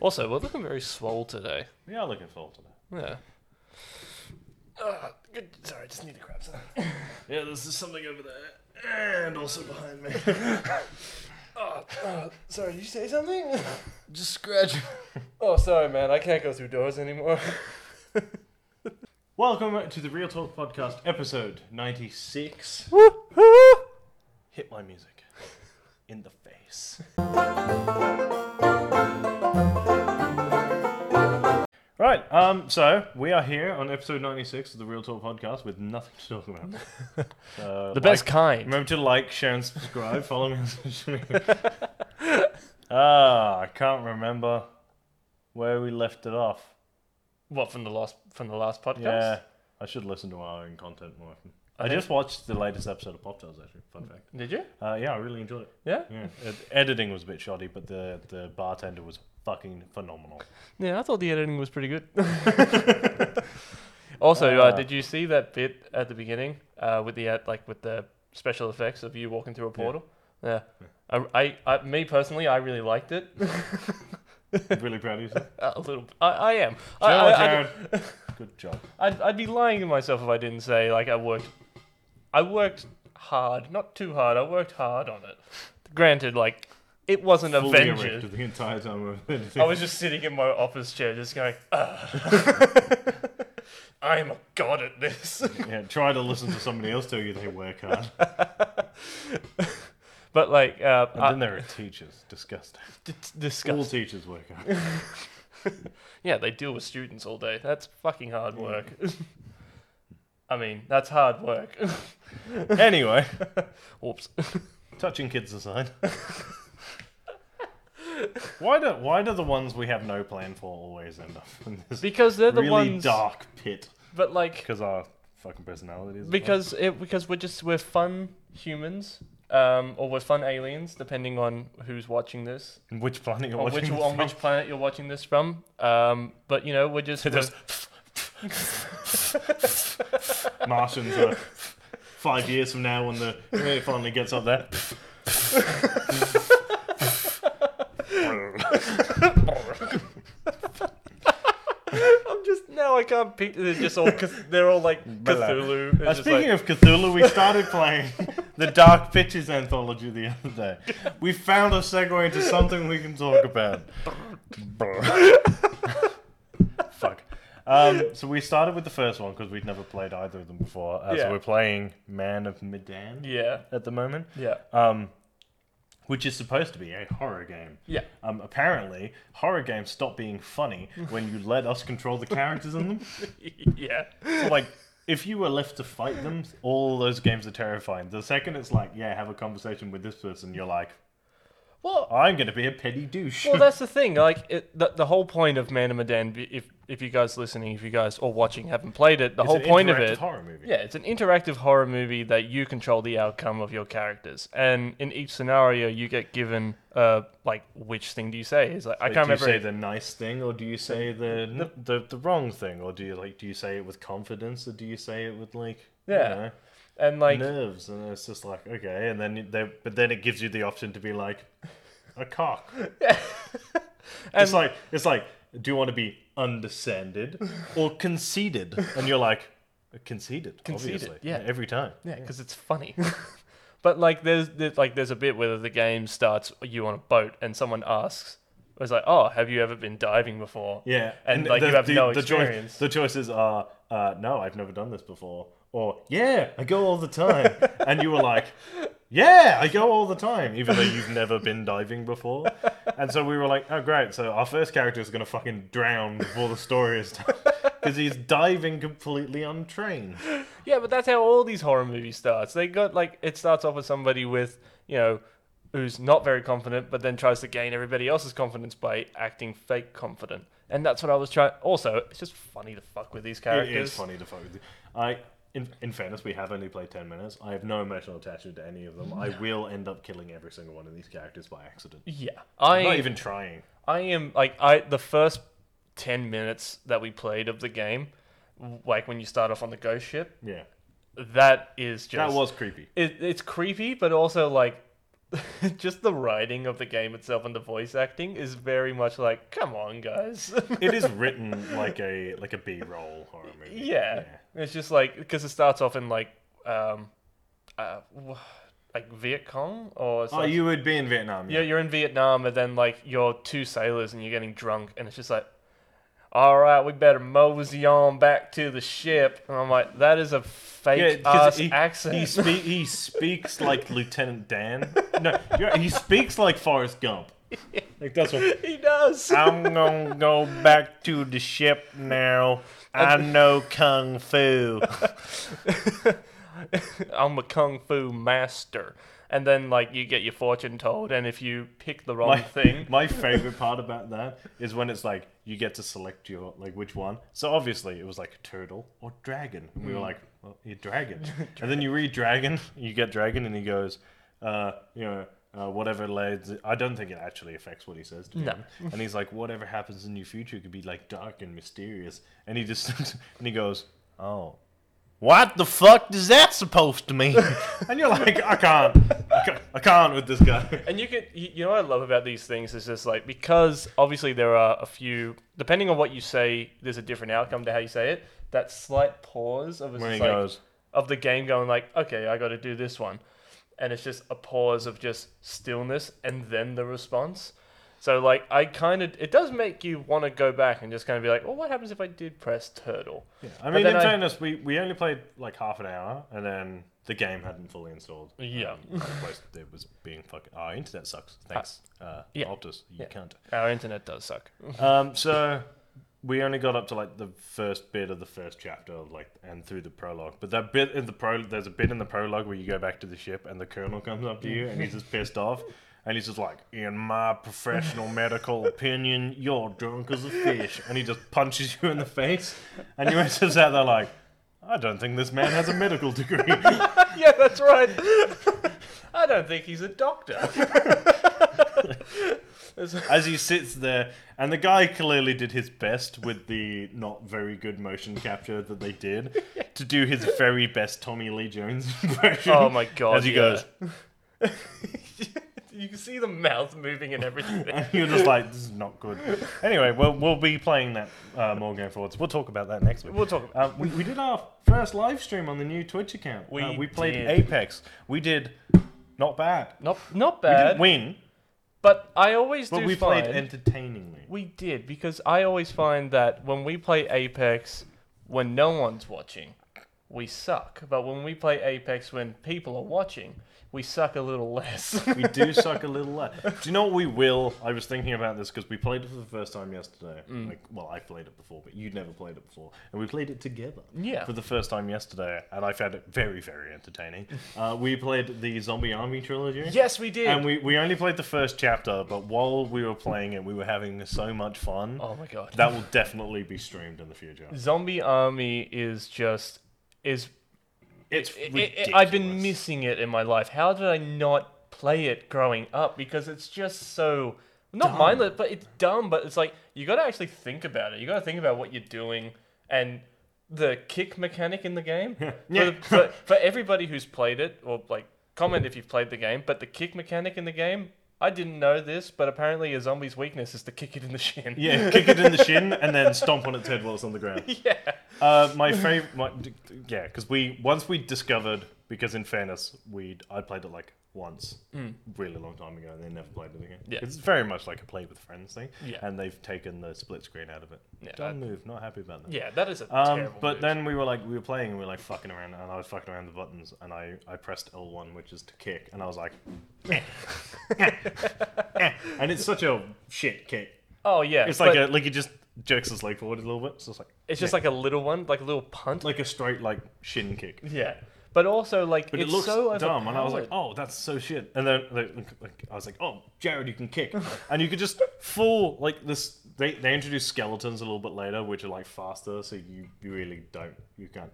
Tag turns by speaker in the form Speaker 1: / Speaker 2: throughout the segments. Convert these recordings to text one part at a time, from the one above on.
Speaker 1: Also, we're looking very swole today.
Speaker 2: We are looking forward to that.
Speaker 1: Yeah. Uh, good. Sorry, I just need to grab some.
Speaker 2: Yeah, there's just something over there.
Speaker 1: And also behind me. oh, uh, sorry, did you say something?
Speaker 2: Just scratch.
Speaker 1: oh, sorry, man. I can't go through doors anymore.
Speaker 2: Welcome to the Real Talk Podcast, episode 96. Hit my music in the face. Right, um, so we are here on episode 96 of the Real Talk Podcast with nothing to talk about. Uh, So,
Speaker 1: the best
Speaker 2: like-
Speaker 1: kind.
Speaker 2: Remember to like, share, and subscribe. Follow me on social media. Ah, I can't remember where we left it off.
Speaker 1: What from the last from the last podcast?
Speaker 2: Yeah, I should listen to our own content more often. I,
Speaker 1: think-
Speaker 2: just watched the latest episode of Pop Tales, actually. Fun fact.
Speaker 1: Did you?
Speaker 2: Uh, yeah, I really enjoyed it.
Speaker 1: Yeah.
Speaker 2: Yeah, it, editing was a bit shoddy, but the the bartender was fucking phenomenal.
Speaker 1: Yeah, I thought the editing was pretty good. also, uh,
Speaker 2: Uh.
Speaker 1: did you see that bit at the beginning uh, with the uh, like with the special effects of you walking through a portal? Yeah. Um, I, I, I, me personally, I really liked it.
Speaker 2: really proud of yourself.
Speaker 1: a little. I, I am. I,
Speaker 2: Jared,
Speaker 1: I, I,
Speaker 2: Jared. Good job.
Speaker 1: I'd, I'd be lying to myself if I didn't say like I worked. I worked hard, not too hard. I worked hard on it. Granted, like it wasn't
Speaker 2: Fully
Speaker 1: Avengers.
Speaker 2: erected the entire time of editing.
Speaker 1: I was just sitting in my office chair, just going, "I am a god at this."
Speaker 2: yeah, try to listen to somebody else tell you they work hard.
Speaker 1: But like, uh,
Speaker 2: And
Speaker 1: I-
Speaker 2: then there are teachers. Disgusting.
Speaker 1: d- d-
Speaker 2: All
Speaker 1: disgust.
Speaker 2: teachers work hard.
Speaker 1: Yeah, they deal with students all day. That's fucking hard work. I mean, that's hard work.
Speaker 2: anyway,
Speaker 1: Whoops.
Speaker 2: touching kids aside. why do why do the ones we have no plan for always end up in this
Speaker 1: Because they're the
Speaker 2: really
Speaker 1: ones.
Speaker 2: dark pit?
Speaker 1: But like,
Speaker 2: Because our fucking personalities. are
Speaker 1: because it because we're just we're fun humans um, or we're fun aliens depending on who's watching this
Speaker 2: fun. And which planet you're
Speaker 1: on which
Speaker 2: watching? this
Speaker 1: on
Speaker 2: from.
Speaker 1: which planet you're watching this from um, but you know we're just,
Speaker 2: So there's Martians are five years from now when the when it finally gets up there.
Speaker 1: I'm just now I can't pick they're just all Cth- they're all like
Speaker 2: Blah.
Speaker 1: Cthulhu
Speaker 2: Uh,
Speaker 1: it's just
Speaker 2: speaking
Speaker 1: like,
Speaker 2: of Cthulhu, we started playing the Dark Pictures anthology the other day. We found a segue into something we can talk about. Fuck. Um, so we started with the first one because we'd never played either of them before. Uh,
Speaker 1: Yeah.
Speaker 2: So we're playing Man of Medan
Speaker 1: yeah
Speaker 2: at the moment,
Speaker 1: yeah
Speaker 2: um, which is supposed to be a horror game.
Speaker 1: yeah
Speaker 2: Um, apparently, horror games stop being funny when you let us control the characters in them.
Speaker 1: yeah
Speaker 2: So, like, if you were left to fight them, all those games are terrifying. The second it's like, yeah, have a conversation with this person, you're like,
Speaker 1: well
Speaker 2: I'm going to be a petty douche.
Speaker 1: well that's the thing like it, the, the whole point of Man of Medan be- if if you guys listening if you guys or watching haven't played it the
Speaker 2: It's
Speaker 1: whole
Speaker 2: an
Speaker 1: point of
Speaker 2: interactive
Speaker 1: it
Speaker 2: horror movie.
Speaker 1: Yeah, it's an interactive horror movie that you control the outcome of your characters, and in each scenario, you get given uh like which thing do you say? It's like, I
Speaker 2: Like,
Speaker 1: can't
Speaker 2: do you
Speaker 1: remember.
Speaker 2: say the nice thing, or do you say the, the the wrong thing, or do you like do you say it with confidence, or do you say it with like
Speaker 1: Yeah.
Speaker 2: you know,
Speaker 1: and like
Speaker 2: nerves? And it's just like okay, and then they but then it gives you the option to be like a cock.
Speaker 1: and
Speaker 2: it's like it's like do you want to be undescended or conceited and you're like conceited
Speaker 1: Conceited,
Speaker 2: obviously
Speaker 1: yeah.
Speaker 2: every time
Speaker 1: yeah, because it's funny. but like there's, there's like there's a bit where the game starts you on a boat and someone asks, it's like, oh, have you ever been diving before?
Speaker 2: yeah
Speaker 1: And, like, you have no experience.
Speaker 2: the choices are uh, no i've never done this before or yeah i go all the time and you were like yeah i go all the time even though you've never been diving before and so we were like oh great so our first character is going to fucking drown before the story is done because he's diving completely untrained
Speaker 1: Yeah, but that's how all these horror movies starts. They got like it starts off with somebody with you know who's not very confident, but then tries to gain everybody else's confidence by acting fake confident. And that's what I was trying. Also, it's just funny to fuck with these characters.
Speaker 2: It is funny to fuck with. you. I, in, in fairness, we have only played ten minutes. I have no emotional attachment to any of them. I will end up killing every single one of these characters by accident.
Speaker 1: Yeah,
Speaker 2: I'm
Speaker 1: I
Speaker 2: not even trying.
Speaker 1: I am like I the first ten minutes that we played of the game, like when you start off on the ghost ship,
Speaker 2: Yeah,
Speaker 1: that is just
Speaker 2: that was creepy.
Speaker 1: it, it's creepy, but also like just the writing of the game itself and the voice acting is very much like, come on, guys.
Speaker 2: It is written like a like a B roll horror movie.
Speaker 1: yeah. It's just like because it starts off in like, um, uh, wh- like Viet Cong or
Speaker 2: Oh,
Speaker 1: something.
Speaker 2: you would be in Vietnam.
Speaker 1: Yeah, you're in Vietnam, and then like you're two sailors, and you're getting drunk, and it's just like, all right, we better mosey on back to the ship. And I'm like, that is a fake ass
Speaker 2: he,
Speaker 1: accent.
Speaker 2: He, spe- he speaks like Lieutenant Dan. No, you're- he speaks like Forrest Gump. Like that's what.
Speaker 1: He does.
Speaker 2: I'm gonna go back to the ship now. I know kung fu.
Speaker 1: I'm a kung fu master. And then like you get your fortune told, and if you pick the wrong
Speaker 2: My
Speaker 1: thing,
Speaker 2: My favorite part about that is when it's like you get to select your like which one. So obviously it was like turtle or dragon, and we
Speaker 1: Hmm.
Speaker 2: were like, well, you're dragon. and then you read dragon, you get dragon, and he goes, uh, you know. Uh, whatever lays, I don't think it actually affects what he says. To
Speaker 1: No.
Speaker 2: him. And he's like, whatever happens in your future could be like dark and mysterious. And he just and he goes, oh, what the fuck is that supposed to mean? and you're like, I can't, I can't, I can't with this guy.
Speaker 1: and you can you, you know what I love about these things is just like because obviously there are a few depending on what you say, there's a different outcome to how you say it. That slight pause of it's
Speaker 2: When he
Speaker 1: just like,
Speaker 2: goes,
Speaker 1: of the game going like, okay, I got to do this one, and it's just a pause of just stillness and then the response. So like I kind of it does make you want to go back and just kind of be like, well, what happens if I did press turtle?
Speaker 2: I mean,
Speaker 1: then
Speaker 2: in
Speaker 1: I-
Speaker 2: fairness, we, we only played like half an hour, and then the game hadn't fully installed.
Speaker 1: Yeah.
Speaker 2: Um, otherwise it was being fucking. Our internet sucks. Thanks, uh,
Speaker 1: yeah.
Speaker 2: Optus. You
Speaker 1: Yeah.
Speaker 2: can't.
Speaker 1: Our internet does suck.
Speaker 2: Um, so we only got up to like the first bit of the first chapter, of, like, and through the prologue. But that bit in the pro, there's a bit in the prologue where you go back to the ship, and the colonel comes up to you, and he's just pissed off. And he's just like, in my professional medical opinion, you're drunk as a fish. And he just punches you in the face. And you're just out there like, I don't think this man has a medical degree.
Speaker 1: yeah, that's right. I don't think he's a doctor.
Speaker 2: as he sits there, and the guy clearly did his best with the not very good motion capture that they did to do his very best Tommy Lee Jones impression.
Speaker 1: Oh my god.
Speaker 2: As he
Speaker 1: yeah.
Speaker 2: goes,
Speaker 1: you can see the mouth moving and everything.
Speaker 2: and you're just like, "This is not good." Anyway, we'll we'll be playing that uh, more going forwards. We'll talk about that next week.
Speaker 1: We'll talk about
Speaker 2: Um, we, we did our first live stream on the new Twitch account.
Speaker 1: We
Speaker 2: Uh, we played
Speaker 1: did.
Speaker 2: Apex. We did not bad.
Speaker 1: Not not
Speaker 2: We didn't
Speaker 1: bad,
Speaker 2: win,
Speaker 1: but I always
Speaker 2: but
Speaker 1: do
Speaker 2: we
Speaker 1: find
Speaker 2: played entertainingly.
Speaker 1: we did because I always find that when we play Apex when no one's watching, we suck. But when we play Apex when people are watching, we suck a little less.
Speaker 2: we do suck a little less. Do you know what we will? I was thinking about this because we played it for the first time yesterday.
Speaker 1: Mm.
Speaker 2: Like, well, I played it before, but you'd never played it before, and we played it together.
Speaker 1: Yeah.
Speaker 2: For the first time yesterday, and I found it very, very entertaining. uh, we played the Zombie Army trilogy.
Speaker 1: yes, we did.
Speaker 2: And we, we only played the first chapter, but while we were playing it, we were having so much fun.
Speaker 1: oh my god.
Speaker 2: That will definitely be streamed in the future.
Speaker 1: Zombie Army is just is
Speaker 2: It's
Speaker 1: I-
Speaker 2: ridiculous.
Speaker 1: I, I've been missing it in my life. How did I not play it growing up? Because it's just so not mindless, but it's dumb. But it's like you got to actually think about it. You got to think about what you're doing and the kick mechanic in the game.
Speaker 2: Yeah.
Speaker 1: For, the- for, for everybody who's played it, or like comment if you've played the game. But the kick mechanic in the game, I didn't know this, but apparently a zombie's weakness is to kick it in the shin.
Speaker 2: Yeah, kick it in the shin and then stomp on its head while it's on the ground.
Speaker 1: yeah.
Speaker 2: Uh, my favorite, my, d- d- yeah, because we once we discovered because in fairness we I played it like once, really long time ago, and then never played it again.
Speaker 1: Hmm. Yeah.
Speaker 2: it's very much like a play with friends thing.
Speaker 1: Yeah.
Speaker 2: and they've taken the split screen out of it.
Speaker 1: Yeah,
Speaker 2: Dumb move. Not happy about that.
Speaker 1: Yeah, that is a
Speaker 2: Um,
Speaker 1: terrible.
Speaker 2: but
Speaker 1: move.
Speaker 2: then we were like we were playing and we were like fucking around and I was fucking around the buttons and I, I pressed L one which is to kick and I was like, eh, eh, eh. and it's such a shit kick.
Speaker 1: oh yeah,
Speaker 2: It's like
Speaker 1: but
Speaker 2: a like he just jerks his leg forward a little bit. So it's like
Speaker 1: it's just like a little one, like a little punt.
Speaker 2: like a straight like shin kick.
Speaker 1: Yeah, but also like
Speaker 2: But
Speaker 1: it's
Speaker 2: it looks
Speaker 1: so
Speaker 2: dumb, and I was like,
Speaker 1: overpowered.
Speaker 2: "Oh, that's so shit." And then like, like, I was like, "Oh, Jared, you can kick," and you could just full like this. They they introduced skeletons a little bit later, which are like faster, so you you really don't you can't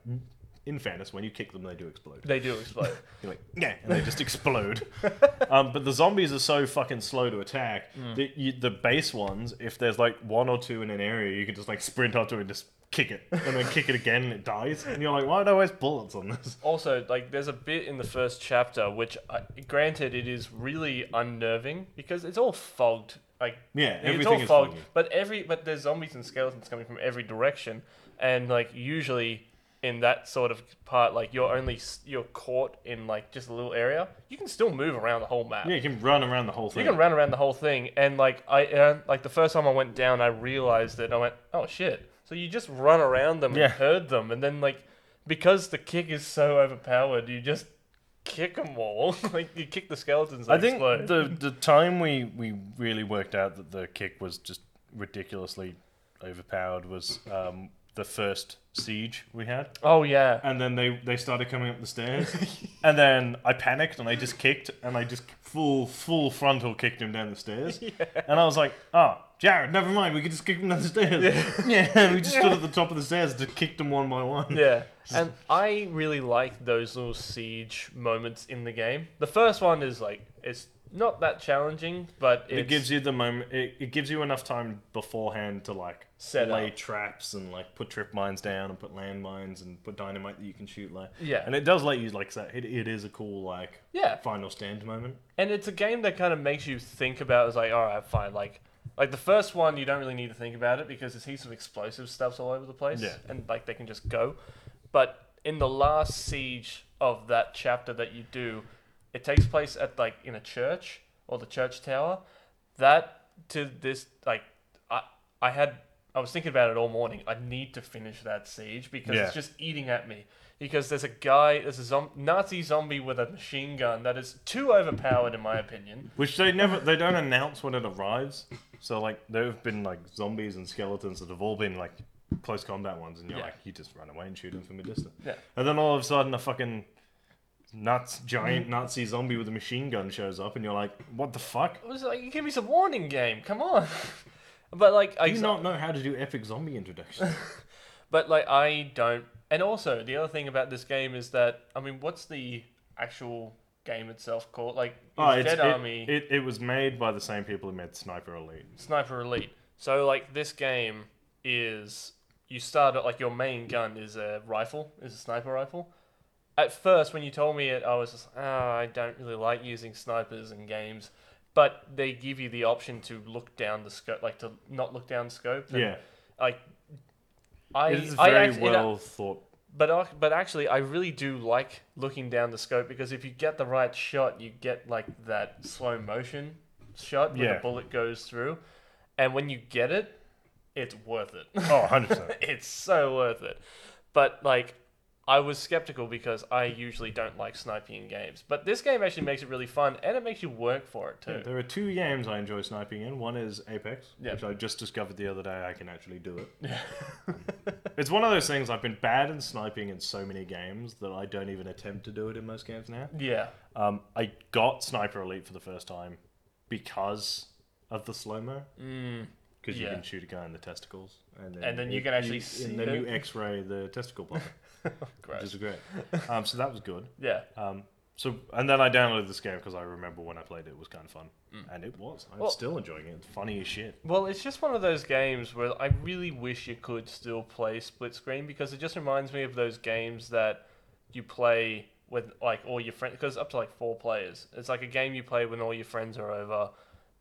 Speaker 2: in fairness, when you kick them, they do explode.
Speaker 1: They do explode.
Speaker 2: You're like, yeah, and they just explode. um, but the zombies are so fucking slow to attack.
Speaker 1: Mm.
Speaker 2: that you, the base ones, if there's like one or two in an area, you can just like sprint up to it and just kick it, and then kick it again, and it dies. And you're like, why do I waste bullets on this?
Speaker 1: also, like, there's a bit in the first chapter which, I, granted, it is really unnerving because it's all fogged. Like,
Speaker 2: Yeah,
Speaker 1: it's
Speaker 2: everything
Speaker 1: all
Speaker 2: is
Speaker 1: fogged.
Speaker 2: foggy.
Speaker 1: But every but there's zombies and skeletons coming from every direction, and like usually in that sort of part, like you're only s- you're caught in like just a little area. You can still move around the whole map.
Speaker 2: Yeah, you can run around the whole thing.
Speaker 1: You can run around the whole thing, and like I, uh, like the first time I went down, I realized it. And I went, oh shit! So you just run around them
Speaker 2: Yeah.
Speaker 1: and herd them, and then like because the kick is so overpowered, you just kick them all. like you kick the skeletons.
Speaker 2: I
Speaker 1: that
Speaker 2: think
Speaker 1: explode.
Speaker 2: the the time we we really worked out that the kick was just ridiculously overpowered was um, the first siege we had.
Speaker 1: oh yeah,
Speaker 2: and then they they started coming up the stairs and then i panicked and i just kicked and i just full full frontal kicked him down the stairs and i was like oh jared never mind we could just kick him down the stairs yeah, we just stood at the top of the stairs and just kicked him one by one
Speaker 1: yeah. And I really like those little siege moments in the game. The first one is like it's not that challenging, but it's,
Speaker 2: it gives you the moment it, it gives you enough time beforehand to like
Speaker 1: Set
Speaker 2: lay
Speaker 1: up.
Speaker 2: traps and like put trip mines down and put landmines and put dynamite that you can shoot like
Speaker 1: Yeah.
Speaker 2: and it does let you like that it, it is a cool like
Speaker 1: Yeah.
Speaker 2: final stand moment
Speaker 1: And it's a game that kind of makes you think about. It's like, all right, fine. Like, like the first one, you don't really need to think about it because there's heaps of explosive stuffs all over the place,
Speaker 2: Yeah.
Speaker 1: and like they can just go. But in the last siege of that chapter that you do, it takes place at like in a church or the church tower. That to this like, I I had I was thinking about it all morning. I need to finish that siege because
Speaker 2: Yeah.
Speaker 1: it's just eating at me because there's a guy, there's a zom- Nazi zombie with a machine gun that is too overpowered, in my opinion.
Speaker 2: Which they never, they don't announce when it arrives. So like, there have been like zombies and skeletons that have all been like close combat ones, and you're
Speaker 1: Yeah.
Speaker 2: like, you just run away and shoot them from a distance.
Speaker 1: Yeah.
Speaker 2: And then all of a sudden, a fucking nuts
Speaker 1: Mm.
Speaker 2: giant Nazi zombie with a machine gun shows up, and you're like, what the fuck?
Speaker 1: I was like, you give me some warning, game. Come on. but like, I
Speaker 2: Do you not know how to do epic zombie introductions?
Speaker 1: but like I don't. And also, the other thing about this game is that I mean, what's the actual game itself called? Like, it's Dead
Speaker 2: Ah, Oh, it,
Speaker 1: Army.
Speaker 2: It, it was made by the same people who made Sniper Elite.
Speaker 1: Sniper Elite. So like this game is you start at like your main gun is a rifle, is a sniper rifle. At first when you told me it, I was just oh, I don't really like using snipers in games. But they give you the option to look down the scope, like to not look down scope. and,
Speaker 2: Yeah,
Speaker 1: Like I,
Speaker 2: it is
Speaker 1: I
Speaker 2: very
Speaker 1: act- it-
Speaker 2: well thought.
Speaker 1: but ac- but actually, I really do like looking down the scope because if you get the right shot, you get like that slow motion shot where
Speaker 2: Yeah.
Speaker 1: the bullet goes through, and when you get it, it's worth it.
Speaker 2: Oh, 100 percent.
Speaker 1: it's so worth it. But like, I was skeptical because I usually don't like sniping in games, but this game actually makes it really fun and it makes you work for it too.
Speaker 2: There are two games I enjoy sniping in. One is Apex,
Speaker 1: Yeah.
Speaker 2: which I just discovered the other day I can actually do it. it's one of those things I've been bad in sniping in so many games that I don't even attempt to do it in most games now.
Speaker 1: Yeah,
Speaker 2: Um, I got Sniper Elite for the first time because of the slow mo.
Speaker 1: Mm,
Speaker 2: Because you
Speaker 1: yeah.
Speaker 2: can shoot a guy in the testicles, and then,
Speaker 1: And then you
Speaker 2: it-
Speaker 1: can actually see
Speaker 2: and then
Speaker 1: it.
Speaker 2: you X-ray the testicle part,
Speaker 1: gross.
Speaker 2: which is great. Um, so that was good.
Speaker 1: yeah,
Speaker 2: Um, so and then I downloaded this game because I remember when I played it, it was kind of fun,
Speaker 1: Mm.
Speaker 2: and it was. I'm
Speaker 1: Well-
Speaker 2: still enjoying it. It's funny as shit.
Speaker 1: Well, it's just one of those games where I really wish you could still play split screen because it just reminds me of those games that you play with like all your friends because up to like four players. It's like a game you play when all your friends are over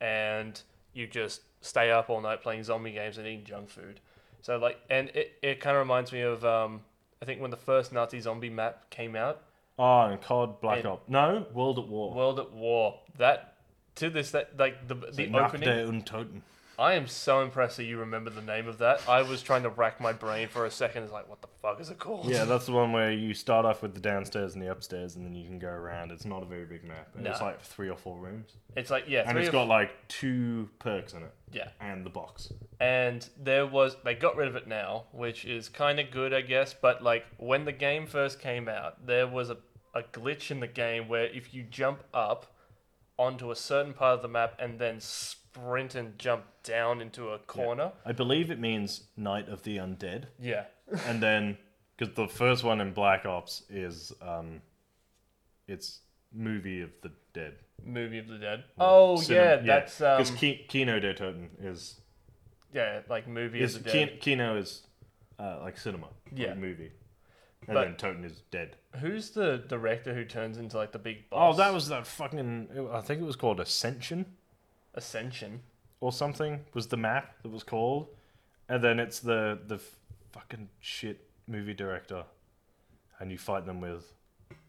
Speaker 1: and you just stay up all night playing zombie games and eating junk food. So like and it, it kind of reminds me of um I think when the first Nazi zombie map came out,
Speaker 2: Oh, and COD Black
Speaker 1: Yeah.
Speaker 2: Ops. No, World at War.
Speaker 1: World at War. That to this that like the the
Speaker 2: Nacht
Speaker 1: opening
Speaker 2: der Untoten.
Speaker 1: I am so impressed that you remember the name of that. I was trying to rack my brain for a second. It's like, what the fuck is it called?
Speaker 2: Yeah, that's the one where you start off with the downstairs and the upstairs, and then you can go around. It's not a very big map. and It's
Speaker 1: No.
Speaker 2: like three or four rooms,
Speaker 1: It's like, yeah,
Speaker 2: and
Speaker 1: three
Speaker 2: it's
Speaker 1: of-
Speaker 2: got like two perks in it,
Speaker 1: yeah.
Speaker 2: and the box.
Speaker 1: And there was, they got rid of it now, which is kind of good, I guess. But like, when the game first came out, there was a, a glitch in the game where if you jump up onto a certain part of the map and then sprint and jump down into a corner,
Speaker 2: I believe it means Night of the Undead,
Speaker 1: yeah.
Speaker 2: and then because the first one in Black Ops is um, it's movie of the dead.
Speaker 1: Movie of the Dead. Oh
Speaker 2: Cinem-
Speaker 1: yeah, that's um,
Speaker 2: because Ki- Kino de Toten is
Speaker 1: yeah, like Movie
Speaker 2: is
Speaker 1: of the Dead.
Speaker 2: Ki- Kino is uh, like cinema,
Speaker 1: Yeah.
Speaker 2: like movie, and
Speaker 1: But-
Speaker 2: then Toten is dead.
Speaker 1: Who's the director who turns into like the big
Speaker 2: Oh,
Speaker 1: boss?
Speaker 2: that was that fucking. I think it was called Ascension.
Speaker 1: Ascension.
Speaker 2: or something was the map that was called, and then it's the the f- fucking shit movie director, and you fight them with.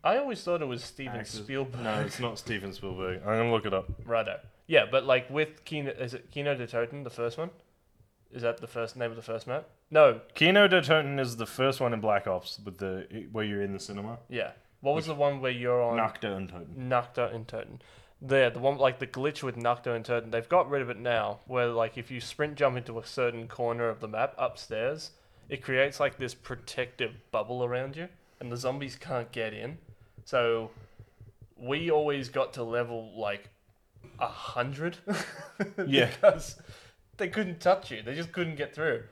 Speaker 1: I always thought it was Steven
Speaker 2: Axes.
Speaker 1: Spielberg.
Speaker 2: No, it's not Steven Spielberg. I'm gonna look it up.
Speaker 1: Righto. Yeah, but like with Kino, is it Kino de Toten, the first one? Is that the first name of the first map? No.
Speaker 2: Kino de Toten is the first one in Black Ops with the where you're in the cinema.
Speaker 1: Yeah. What was the one where you're on
Speaker 2: Nocturne and Toten.
Speaker 1: Nocta and Toten? There, the one like the glitch with Nocta and Toten. They've got rid of it now, where like if you sprint jump into a certain corner of the map upstairs, it creates like this protective bubble around you, and the zombies can't get in. So we always got to level like a hundred.
Speaker 2: Yeah.
Speaker 1: because they couldn't touch you. They just couldn't get through.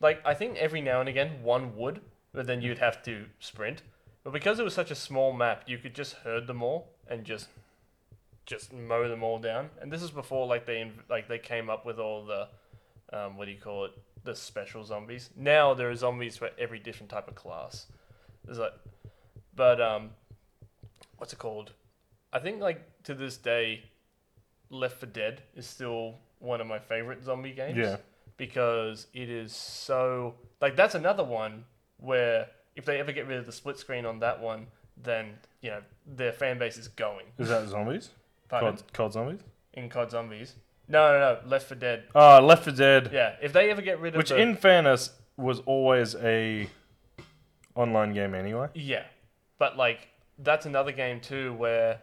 Speaker 1: Like I think every now and again one would, but then you'd have to sprint. But because it was such a small map, you could just herd them all and just just mow them all down. And this is before like they inv- like they came up with all the um, what do you call it the special zombies. Now there are zombies for every different type of class. There's like, but um, what's it called? I think like to this day, Left for Dead is still one of my favorite zombie games.
Speaker 2: Yeah.
Speaker 1: Because it is so like that's another one where if they ever get rid of the split screen on that one, then you know their fan base is going.
Speaker 2: Is that zombies?
Speaker 1: Pardon?
Speaker 2: COD, COD zombies.
Speaker 1: In COD Zombies. No, no, no. Left for Dead.
Speaker 2: Ah, Left 4 Dead,
Speaker 1: Yeah. If they ever get rid of
Speaker 2: which
Speaker 1: the,
Speaker 2: in fairness was always a online game anyway.
Speaker 1: Yeah. But like that's another game too where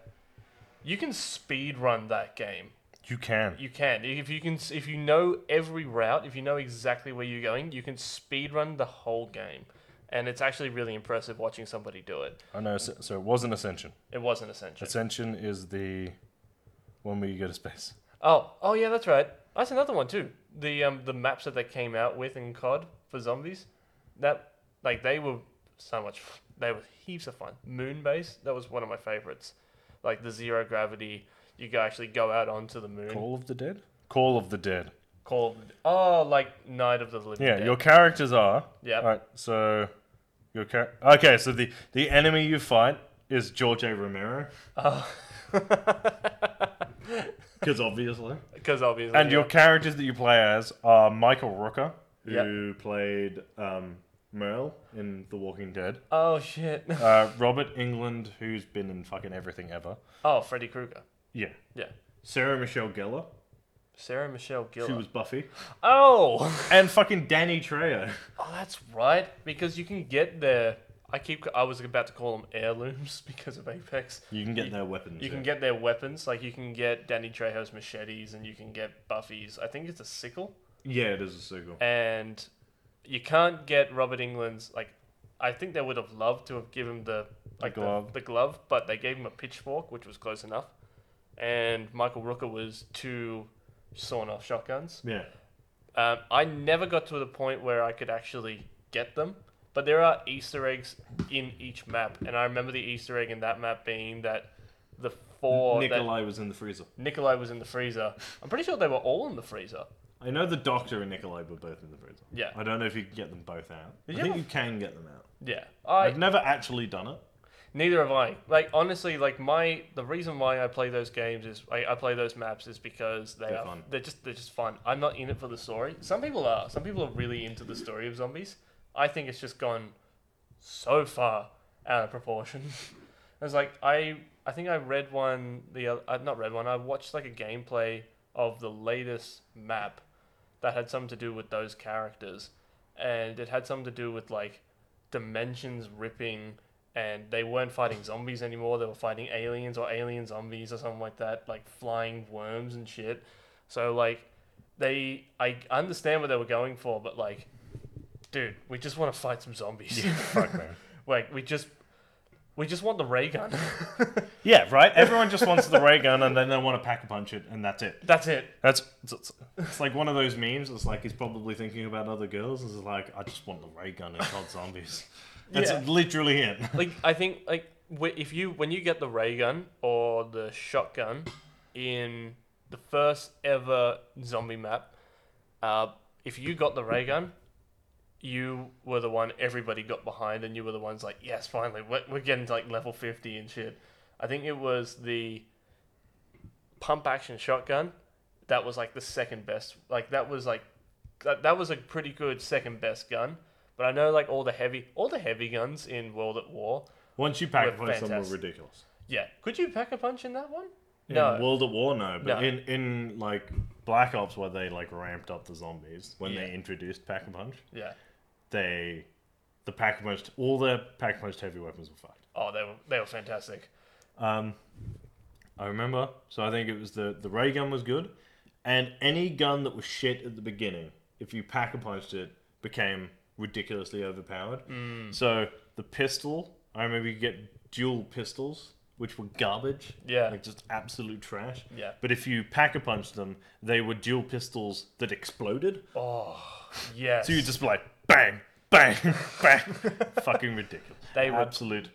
Speaker 1: you can speed run that game.
Speaker 2: You can.
Speaker 1: You can. If you can if you know every route, if you know exactly where you're going, you can speed run the whole game. And it's actually really impressive watching somebody do it.
Speaker 2: I know. So, so it wasn't Ascension.
Speaker 1: It wasn't essential.
Speaker 2: Ascension is the one where you go to space.
Speaker 1: Oh, oh yeah, that's right. That's another one too. The um the maps that they came out with in COD for zombies, that like they were so much. f- They were heaps of fun. Moonbase, that was one of my favorites. Like the zero gravity, you go actually go out onto the moon.
Speaker 2: Call of the Dead? Call of the Dead.
Speaker 1: Call of the- oh, like Night of the Living
Speaker 2: Yeah,
Speaker 1: Dead.
Speaker 2: your characters are.
Speaker 1: Yep.
Speaker 2: Alright, so your char- Okay, so the the enemy you fight is George A. Romero. Because obviously.
Speaker 1: because Oh. obviously.
Speaker 2: And
Speaker 1: yeah.
Speaker 2: your characters that you play as are Michael Rooker, who
Speaker 1: Yep.
Speaker 2: played um, Merle in The Walking Dead.
Speaker 1: oh shit.
Speaker 2: Uh, Robert England, who's been in fucking everything ever.
Speaker 1: Oh, Freddy Krueger.
Speaker 2: Yeah.
Speaker 1: Yeah,
Speaker 2: Sarah Michelle Gellar,
Speaker 1: Sarah Michelle
Speaker 2: she
Speaker 1: Gellar.
Speaker 2: was Buffy.
Speaker 1: oh.
Speaker 2: And fucking Danny Trejo.
Speaker 1: Oh, that's right. Because you can get their. I keep. I was about to call them heirlooms because of Apex.
Speaker 2: You can get their weapons.
Speaker 1: You
Speaker 2: yeah.
Speaker 1: can get their weapons. Like you can get Danny Trejo's machetes, and you can get Buffy's. I think it's a sickle.
Speaker 2: Yeah, it is a sequel.
Speaker 1: And you can't get Robert England's. Like, I think they would have loved to have given him the like the
Speaker 2: glove.
Speaker 1: The, glove, but they gave him a pitchfork, which was close enough. And Michael Rooker was two sawn-off shotguns.
Speaker 2: Yeah.
Speaker 1: Um, I never got to the point where I could actually get them, but there are Easter eggs in each map, and I remember the Easter egg in that map being that the four that
Speaker 2: Nikolai was in the freezer.
Speaker 1: Nikolai was in the freezer. I'm pretty sure they were all in the freezer.
Speaker 2: I know the doctor and Nikolai were both in the freezer.
Speaker 1: Yeah.
Speaker 2: I don't know if you can get them both out.
Speaker 1: Did you
Speaker 2: I think
Speaker 1: ever-
Speaker 2: you can get them out.
Speaker 1: Yeah,
Speaker 2: I...
Speaker 1: I
Speaker 2: have never actually done it.
Speaker 1: neither have I. Like honestly, like my the reason why I play those games is I, I play those maps is because they
Speaker 2: They're
Speaker 1: are
Speaker 2: fun.
Speaker 1: they're just they're just fun. I'm not in it for the story. Some people are. Some people are really into the story of zombies. I think it's just gone so far out of proportion. I was like, I I think I read one the oth- uh, not read one. I watched like a gameplay of the latest map that had something to do with those characters, and it had something to do with like dimensions ripping, and they weren't fighting zombies anymore. They were fighting aliens or alien zombies or something like that, like flying worms and shit. So like, they I understand what they were going for, but like, dude, we just want to fight some zombies.
Speaker 2: Fuck man.
Speaker 1: Like we just We just want the ray gun.
Speaker 2: Yeah, right? Everyone just wants the ray gun and then they want to pack a punch it and that's it.
Speaker 1: That's it.
Speaker 2: That's it's, it's like one of those memes. It's like he's probably thinking about other girls. It's like I just want the ray gun in COD Zombies. That's
Speaker 1: Yeah.
Speaker 2: literally it.
Speaker 1: Like I think like wh- if you when you get the ray gun or the shotgun in the first ever zombie map, uh, if you got the ray gun, you were the one everybody got behind, and you were the ones like, yes, finally, we're, we're getting to like level fifty and shit. I think it was the pump action shotgun that was like the second best. Like that was like that, that was a pretty good second best gun. But I know like all the heavy all the heavy guns in World at War.
Speaker 2: Once you pack a
Speaker 1: We're
Speaker 2: punch, them were
Speaker 1: fantastic.
Speaker 2: ridiculous.
Speaker 1: Yeah, could you pack a punch in that one?
Speaker 2: In
Speaker 1: no,
Speaker 2: World at War, no, but
Speaker 1: No.
Speaker 2: in in like Black Ops, where they like ramped up the zombies when they
Speaker 1: Yeah.
Speaker 2: introduced pack a punch,
Speaker 1: yeah.
Speaker 2: they the pack a punch all their pack a punch heavy weapons were fucked.
Speaker 1: Oh, they were they were fantastic.
Speaker 2: Um, I remember. So I think it was the the ray gun was good, and any gun that was shit at the beginning, if you pack a punched it, became ridiculously overpowered.
Speaker 1: Mm.
Speaker 2: So the pistol, I remember you could get dual pistols, which were garbage.
Speaker 1: Yeah.
Speaker 2: like just absolute trash.
Speaker 1: Yeah.
Speaker 2: But if you pack a punch them, they were dual pistols that exploded.
Speaker 1: Oh, yes.
Speaker 2: So you just be like bang, bang, bang. Fucking ridiculous.
Speaker 1: They were-
Speaker 2: absolute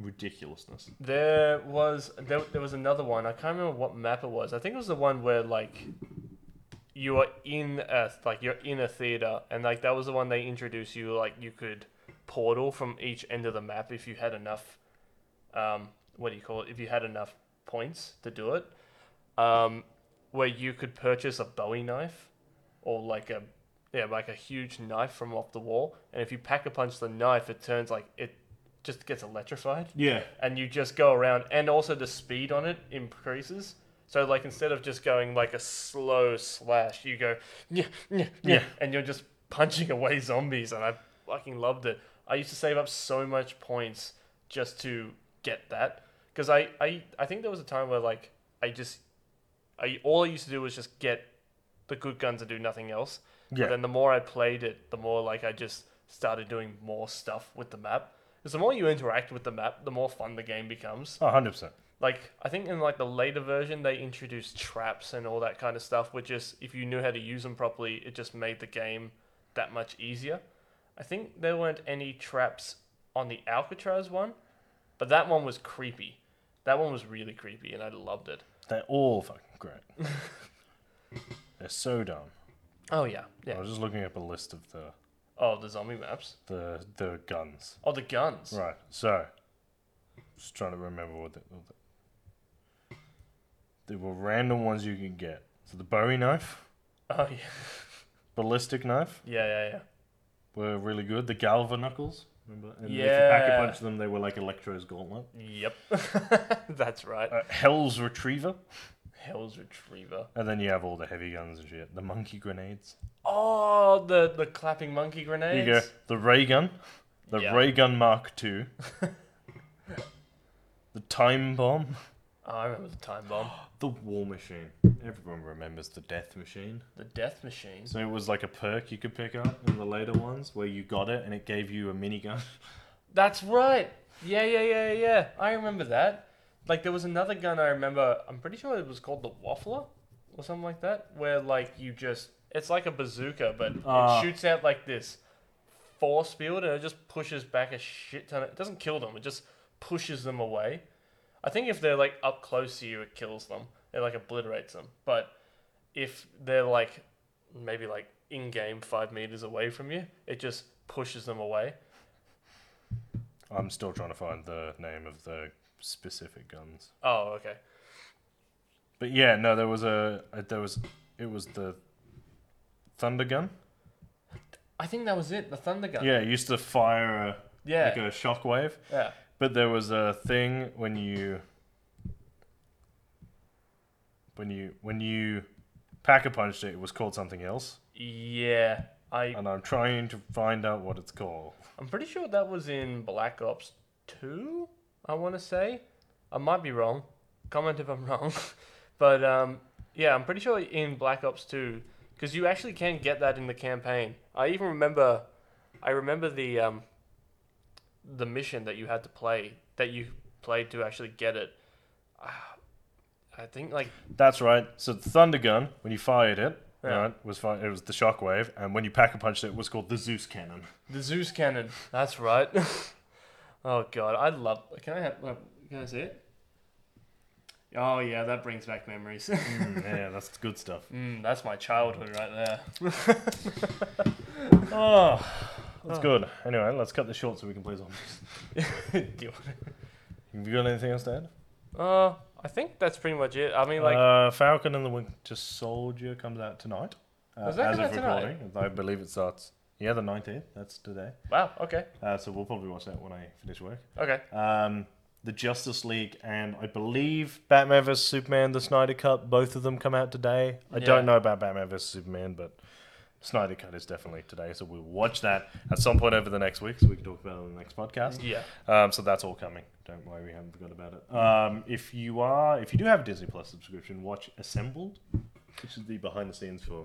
Speaker 2: ridiculousness.
Speaker 1: There was there, there was another one. I can't remember what map it was. I think it was the one where like you are in a like you're in a theater, and like that was the one they introduced you like you could portal from each end of the map if you had enough. Um, what do you call it? If you had enough points to do it, um, where you could purchase a Bowie knife or like a yeah like a huge knife from off the wall, and if you pack a punch the knife, it turns like it just gets electrified
Speaker 2: Yeah.
Speaker 1: and you just go around and also the speed on it increases so like instead of just going like a slow slash you go yeah yeah yeah
Speaker 2: Yeah.
Speaker 1: and you're just punching away zombies and i fucking loved it i used to save up so much points just to get that because I, I i think there was a time where like i just i all i used to do was just get the good guns and do nothing else
Speaker 2: Yeah.
Speaker 1: but then the more i played it the more like i just started doing more stuff with the map because the more you interact with the map the more fun the game becomes
Speaker 2: Oh, 100%.
Speaker 1: like i think in like the later version they introduced traps and all that kind of stuff which is if you knew how to use them properly it just made the game that much easier i think there weren't any traps on the alcatraz one but that one was creepy that one was really creepy and i loved it
Speaker 2: They're all fucking great. They're so dumb.
Speaker 1: oh yeah
Speaker 2: I
Speaker 1: yeah
Speaker 2: was just looking up a list of the
Speaker 1: oh the zombie maps
Speaker 2: the the guns.
Speaker 1: oh the guns
Speaker 2: Right. So, just trying to remember what the, what the there were random ones you could get. So the Bowie knife,
Speaker 1: oh yeah
Speaker 2: ballistic knife
Speaker 1: yeah yeah yeah
Speaker 2: were really good. The Galva knuckles. Remember? And if you pack
Speaker 1: Yeah.
Speaker 2: a bunch of them, they were like Electro's gauntlet.
Speaker 1: Yep. That's right.
Speaker 2: Uh, Hell's retriever,
Speaker 1: Hell's Retriever.
Speaker 2: and then you have all the heavy guns and shit. The monkey grenades.
Speaker 1: Oh, the, the clapping monkey
Speaker 2: There
Speaker 1: grenades.
Speaker 2: you go. The ray gun. The
Speaker 1: Yeah.
Speaker 2: ray gun Mark II. the time bomb.
Speaker 1: Oh, I remember the time bomb.
Speaker 2: The war machine. Everyone remembers the death machine.
Speaker 1: The death machine.
Speaker 2: So it was like a perk you could pick up in the later ones where you got it and it gave you a minigun.
Speaker 1: That's right. Yeah, yeah, yeah, yeah. I remember that. Like there was another gun I remember. I'm pretty sure it was called the Waffler or something like that, where like you just it's like a bazooka, but
Speaker 2: Ah.
Speaker 1: it shoots out like this force field and it just pushes back a shit ton. Of, it doesn't kill them. It just pushes them away. I think if they're like up close to you, it kills them. It like obliterates them. But if they're like maybe like in game five meters away from you, it just pushes them away.
Speaker 2: I'm still trying to find the name of the specific guns.
Speaker 1: Oh, okay.
Speaker 2: But yeah, no, there was a uh, there was it was the thunder gun.
Speaker 1: I think that was it. The thunder gun.
Speaker 2: Yeah, it used to fire a
Speaker 1: Yeah.
Speaker 2: like a shockwave.
Speaker 1: yeah.
Speaker 2: But there was a thing when you when you when you pack a punched it, it was called something else.
Speaker 1: Yeah. I
Speaker 2: And I'm trying to find out what it's called.
Speaker 1: I'm pretty sure that was in Black Ops 2, I want to say. I might be wrong. Comment if I'm wrong. but um yeah, I'm pretty sure in Black Ops 2 cuz you actually can get that in the campaign. I even remember I remember the um the mission that you had to play that you played to actually get it. Ah, I think like
Speaker 2: That's right. So the thunder gun, when you fired it,
Speaker 1: Yeah.
Speaker 2: right, was fi- it was the shockwave, and when you pack a punched it, it was called the Zeus cannon.
Speaker 1: the Zeus cannon. That's right. oh god, I love. Can I have? uh, Can I see it? Oh yeah, that brings back memories.
Speaker 2: Mm, yeah, that's good stuff.
Speaker 1: mm, that's my childhood right there.
Speaker 2: Oh, that's good. Anyway, let's cut this short so we can play zombies.
Speaker 1: Deal with it.
Speaker 2: Have you got anything else to add?
Speaker 1: uh, I think that's pretty much it. I mean, like,
Speaker 2: uh, Falcon and the Winter Soldier comes out tonight. Uh,
Speaker 1: Does that
Speaker 2: as
Speaker 1: come
Speaker 2: of
Speaker 1: out tonight?
Speaker 2: recording, I believe it starts. Yeah, the nineteenth. That's today.
Speaker 1: wow. Okay.
Speaker 2: Uh, so we'll probably watch that when I finish work.
Speaker 1: Okay.
Speaker 2: Um, the Justice League and I believe Batman vs Superman, the Snyder Cut. Both of them come out today. I
Speaker 1: Yeah.
Speaker 2: don't know about Batman vs Superman, but Snyder Cut is definitely today. So we'll watch that at some point over the next week, so we can talk about it on the next podcast.
Speaker 1: Yeah.
Speaker 2: Um, so that's all coming. Don't worry, we haven't forgot about it. Um, if you are, if you do have a Disney Plus subscription, watch Assembled, which is the behind the scenes for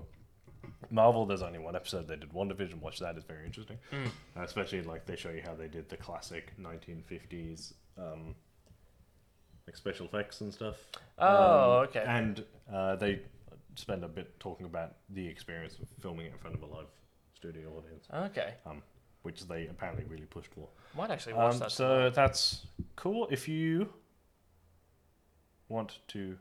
Speaker 2: Marvel. There's only one episode they did WandaVision. Watch that; it's very interesting.
Speaker 1: Mm.
Speaker 2: Uh, especially like they show you how they did the classic 1950s um, like special effects and stuff.
Speaker 1: Oh,
Speaker 2: Um,
Speaker 1: okay.
Speaker 2: And uh, they spend a bit talking about the experience of filming it in front of a live studio audience,
Speaker 1: Okay.
Speaker 2: um, which they apparently really pushed for.
Speaker 1: Might actually watch
Speaker 2: Um,
Speaker 1: that.
Speaker 2: so that's cool. If you want to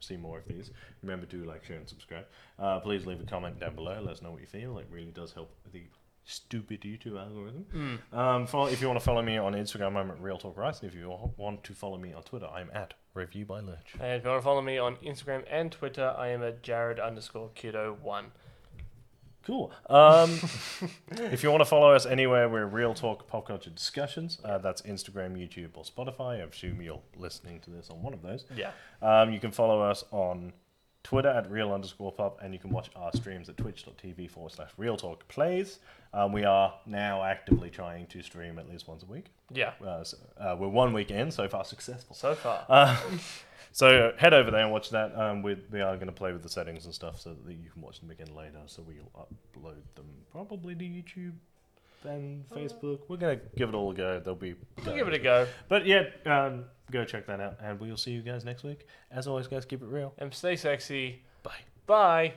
Speaker 2: see more of these, remember to like, share, and subscribe. Uh, please leave a comment down below. Let us know what you feel. It really does help the stupid YouTube algorithm.
Speaker 1: Mm.
Speaker 2: Um, follow, if you want to follow me on Instagram, I'm at Real Talk Rice. And if you wa- want to follow me on Twitter, I'm at Review by Lurch.
Speaker 1: And if you want to follow me on Instagram and Twitter, I am at Jared underscore kiddo one.
Speaker 2: Cool. Um, if you want to follow us anywhere, we're Real Talk Pop Culture Discussions. Uh, that's Instagram, YouTube, or Spotify. I assume you're listening to this on one of those.
Speaker 1: Yeah.
Speaker 2: Um, you can follow us on Twitter at real underscore pop, and you can watch our streams at twitch.tv forward slash real talk plays. Um, we are now actively trying to stream at least once a week.
Speaker 1: Yeah.
Speaker 2: Uh, so, uh, we're one week in, so far successful.
Speaker 1: So far.
Speaker 2: Uh, so head over there and watch that. Um, we, we are going to play with the settings and stuff so that you can watch them again later. So we'll upload them probably to YouTube and Facebook. We're going to give it all a go. There'll be.
Speaker 1: We'll give it a go.
Speaker 2: But yeah, um, go check that out, and we'll see you guys next week. As always, guys, keep it real.
Speaker 1: And stay sexy.
Speaker 2: Bye.
Speaker 1: Bye.